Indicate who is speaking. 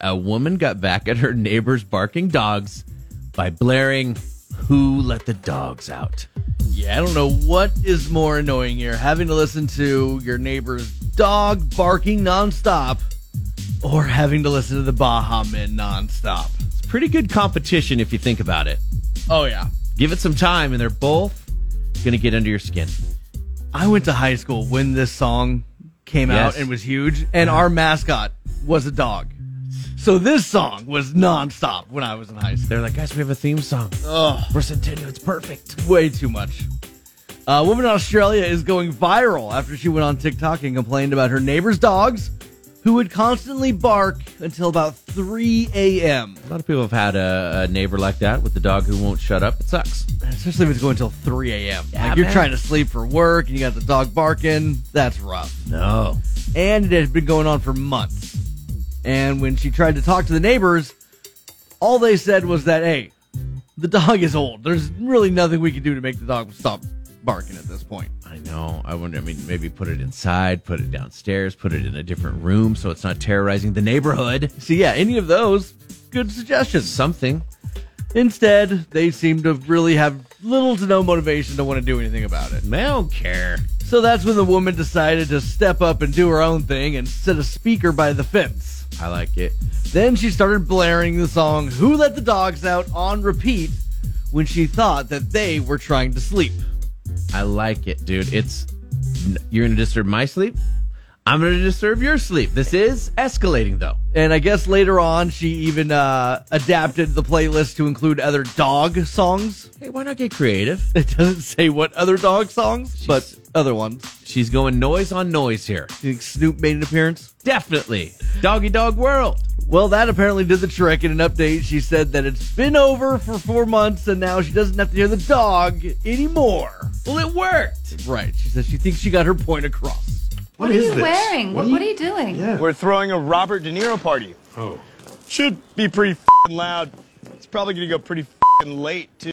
Speaker 1: a woman got back at her neighbor's barking dogs by blaring, Who Let the Dogs Out?
Speaker 2: Yeah, I don't know what is more annoying here, having to listen to your neighbor's dog barking nonstop, or having to listen to the Baja Men nonstop.
Speaker 1: It's pretty good competition if you think about it.
Speaker 2: Oh yeah.
Speaker 1: Give it some time, and they're both going to get under your skin.
Speaker 2: I went to high school when this song came
Speaker 1: Yes.
Speaker 2: out and was huge, and our mascot was a dog. So this song was nonstop when I was in high school.
Speaker 1: They're like, Guys, we have a theme song. For Centennial, it's perfect.
Speaker 2: Way too much. A woman in Australia is going viral after she went on TikTok and complained about her neighbor's dogs who would constantly bark until about 3 a.m.
Speaker 1: A lot of people have had a, a neighbor like that with the dog who won't shut up. It sucks.
Speaker 2: Especially if it's going till 3 a.m.
Speaker 1: Yeah,
Speaker 2: like you're
Speaker 1: man.
Speaker 2: trying to sleep for work and you got the dog barking. That's rough.
Speaker 1: No.
Speaker 2: and it had been going on for months. And when she tried to talk to the neighbors, all they said was that, hey, the dog is old. There's really nothing we can do to make the dog stop barking at this point.
Speaker 1: I know. I wonder. I mean, maybe put it inside, put it downstairs, put it in a different room so it's not terrorizing the neighborhood.
Speaker 2: So, yeah, any of those, good suggestions.
Speaker 1: Something.
Speaker 2: Instead, they seem to really have little to no motivation to want to do anything about it.
Speaker 1: I don't care.
Speaker 2: So that's when the woman decided to step up and do her own thing and set a speaker by the fence.
Speaker 1: I like it.
Speaker 2: Then she started blaring the song Who Let the Dogs Out on repeat when she thought that they were trying to sleep.
Speaker 1: I like it, dude. It's n- you're gonna disturb my sleep. I'm gonna disturb your sleep. This is escalating, though.
Speaker 2: And I guess later on, she even uh, adapted the playlist to include other dog songs.
Speaker 1: Hey, why not get creative?
Speaker 2: It doesn't say what other dog songs, but
Speaker 1: She's-
Speaker 2: other ones.
Speaker 1: She's going noise on noise here.
Speaker 2: You think Snoop made an appearance?
Speaker 1: Definitely, doggy dog world.
Speaker 2: Well, that apparently did the trick. In an update, she said that it's been over for four months and now she doesn't have to hear the dog anymore.
Speaker 1: Well, it worked.
Speaker 2: Right. She says she thinks she got her point across.
Speaker 3: What, are you wearing? What, what are you doing?
Speaker 4: We're throwing a Robert De Niro party. Oh. Should be pretty fing loud. It's probably gonna go pretty fing late, too.